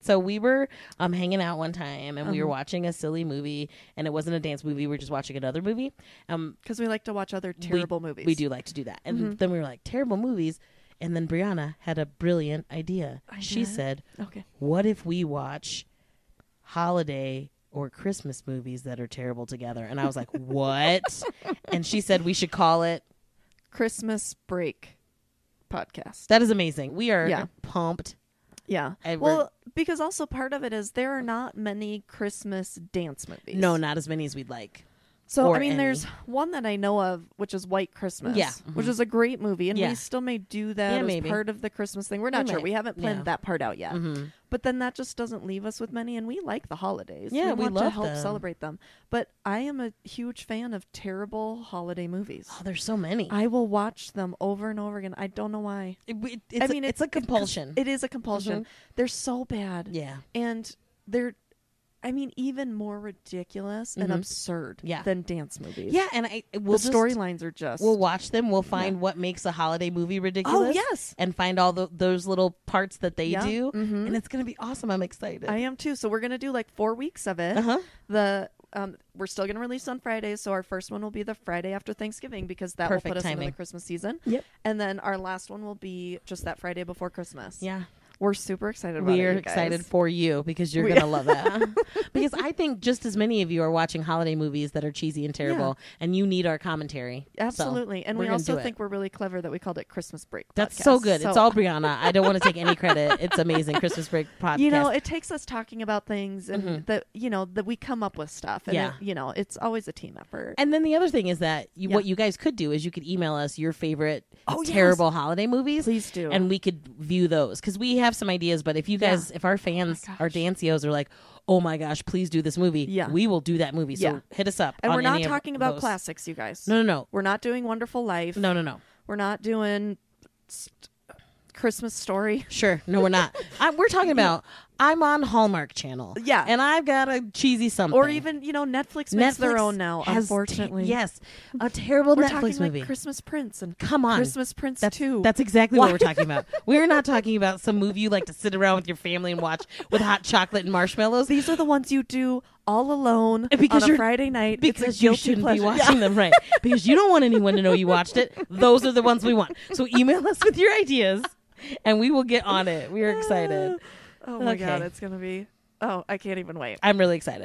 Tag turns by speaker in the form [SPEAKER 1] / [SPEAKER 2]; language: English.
[SPEAKER 1] So we were um hanging out one time and we were watching a silly movie and it wasn't a dance movie, we were just watching another movie. Um
[SPEAKER 2] because we like to watch other
[SPEAKER 1] we-
[SPEAKER 2] terrible movies.
[SPEAKER 1] We do like to do that. And then we were like, terrible movies. And then Brianna had a brilliant idea.
[SPEAKER 2] I
[SPEAKER 1] she
[SPEAKER 2] did?
[SPEAKER 1] said,
[SPEAKER 2] Okay.
[SPEAKER 1] What if we watch holiday or Christmas movies that are terrible together? And I was like, What? and she said, We should call it.
[SPEAKER 2] Christmas break podcast.
[SPEAKER 1] That is amazing. We are
[SPEAKER 2] Yeah.
[SPEAKER 1] pumped.
[SPEAKER 2] Yeah.
[SPEAKER 1] And we're-
[SPEAKER 2] well, because also part of it is there are not many Christmas dance movies.
[SPEAKER 1] No, not as many as we'd like.
[SPEAKER 2] So
[SPEAKER 1] or
[SPEAKER 2] I mean,
[SPEAKER 1] any.
[SPEAKER 2] there's one that I know of, which is White Christmas.
[SPEAKER 1] Yeah. mm-hmm.
[SPEAKER 2] Which is a great movie, and
[SPEAKER 1] Yeah.
[SPEAKER 2] we still may do that
[SPEAKER 1] Yeah,
[SPEAKER 2] as
[SPEAKER 1] maybe.
[SPEAKER 2] part of the Christmas thing. We're not
[SPEAKER 1] We
[SPEAKER 2] sure.
[SPEAKER 1] might.
[SPEAKER 2] We haven't planned
[SPEAKER 1] Yeah. Mm-hmm.
[SPEAKER 2] that part out yet. But then that just doesn't leave us with many, and we like the holidays.
[SPEAKER 1] Yeah, we
[SPEAKER 2] we, want to
[SPEAKER 1] love
[SPEAKER 2] help
[SPEAKER 1] them.
[SPEAKER 2] celebrate them. But I am a huge fan of terrible holiday movies.
[SPEAKER 1] Oh, there's so many.
[SPEAKER 2] I will watch them over and over again. I don't know why.
[SPEAKER 1] It- it- it's,
[SPEAKER 2] I mean,
[SPEAKER 1] a, it's a
[SPEAKER 2] it- 'cause
[SPEAKER 1] compulsion.
[SPEAKER 2] it is a compulsion. They're so bad.
[SPEAKER 1] Mm-hmm. yeah.
[SPEAKER 2] and they're i mean even more ridiculous and absurd
[SPEAKER 1] Mm-hmm. Yeah.
[SPEAKER 2] than dance movies
[SPEAKER 1] Yeah, and I we'll
[SPEAKER 2] the
[SPEAKER 1] just-
[SPEAKER 2] storylines are just
[SPEAKER 1] We'll Oh, watch them. We'll find what makes a holiday movie ridiculous.
[SPEAKER 2] Oh, yes.
[SPEAKER 1] and find all tho- those little parts that they
[SPEAKER 2] Yeah. Mm-hmm.
[SPEAKER 1] do, and it's gonna be awesome. I'm excited.
[SPEAKER 2] i am too so we're gonna do like four weeks of it
[SPEAKER 1] Uh-huh.
[SPEAKER 2] the um, we're still gonna release on fridays so our first one will be the friday after thanksgiving because that
[SPEAKER 1] Perfect
[SPEAKER 2] will put us into
[SPEAKER 1] timing.
[SPEAKER 2] the christmas season
[SPEAKER 1] Yep.
[SPEAKER 2] and then our last one will be just that friday before christmas
[SPEAKER 1] yeah,
[SPEAKER 2] we're super excited about
[SPEAKER 1] we're
[SPEAKER 2] it, you
[SPEAKER 1] excited
[SPEAKER 2] guys.
[SPEAKER 1] for you because you're
[SPEAKER 2] We-
[SPEAKER 1] gonna love it. because I think just as many of you are watching holiday movies that are cheesy and terrible, and you need our commentary. So,
[SPEAKER 2] absolutely and
[SPEAKER 1] we're
[SPEAKER 2] we
[SPEAKER 1] gonna
[SPEAKER 2] also
[SPEAKER 1] do it.
[SPEAKER 2] think we're really clever that we called it christmas break
[SPEAKER 1] that's
[SPEAKER 2] Podcast.
[SPEAKER 1] so good. It's all Brianna. I don't want to take any credit. It's amazing. Christmas break podcast.
[SPEAKER 2] you know it takes us talking about things and that you know that we come up with stuff and
[SPEAKER 1] Mm-hmm. Yeah.
[SPEAKER 2] it- you know it's always a team effort
[SPEAKER 1] And then the other thing is that you, what
[SPEAKER 2] Yeah.
[SPEAKER 1] you guys could do is you could email us your favorite
[SPEAKER 2] Oh, yes.
[SPEAKER 1] terrible holiday movies.
[SPEAKER 2] Please do.
[SPEAKER 1] And we could view those because we have some ideas. But if you guys, if our fans, our dancios are like, oh my gosh, please do this movie,
[SPEAKER 2] Oh Yeah.
[SPEAKER 1] we will do that movie. So
[SPEAKER 2] Yeah.
[SPEAKER 1] hit us up.
[SPEAKER 2] and
[SPEAKER 1] on
[SPEAKER 2] we're not
[SPEAKER 1] any of
[SPEAKER 2] talking about
[SPEAKER 1] those.
[SPEAKER 2] classics you guys
[SPEAKER 1] No, no, no.
[SPEAKER 2] we're not doing wonderful life
[SPEAKER 1] No, no, no.
[SPEAKER 2] we're not doing st- christmas story
[SPEAKER 1] Sure. No, we're not. I, we're talking about I'm on Hallmark Channel.
[SPEAKER 2] Yeah.
[SPEAKER 1] And I've got a cheesy something.
[SPEAKER 2] or even you know netflix makes their
[SPEAKER 1] Netflix
[SPEAKER 2] own now
[SPEAKER 1] has te-
[SPEAKER 2] unfortunately
[SPEAKER 1] yes. A terrible
[SPEAKER 2] we're
[SPEAKER 1] Netflix
[SPEAKER 2] talking
[SPEAKER 1] movie.
[SPEAKER 2] like christmas prince and
[SPEAKER 1] Come on.
[SPEAKER 2] christmas prince
[SPEAKER 1] That's,
[SPEAKER 2] 2
[SPEAKER 1] that's exactly what
[SPEAKER 2] Why-
[SPEAKER 1] we're talking about. We're not talking about some movie you like to sit around with your family and watch with hot chocolate and marshmallows
[SPEAKER 2] these are the ones you do all alone
[SPEAKER 1] Because
[SPEAKER 2] on a
[SPEAKER 1] you're-
[SPEAKER 2] Friday night It's a
[SPEAKER 1] because you
[SPEAKER 2] guilty
[SPEAKER 1] shouldn't
[SPEAKER 2] pleasure.
[SPEAKER 1] be watching them, right? Because you don't want anyone to know you watched it. Those are the ones we want. So email us with your ideas and we will get on it. We are excited.
[SPEAKER 2] Oh my god,
[SPEAKER 1] Okay.
[SPEAKER 2] it's gonna be. Oh, I can't even wait.
[SPEAKER 1] I'm really excited.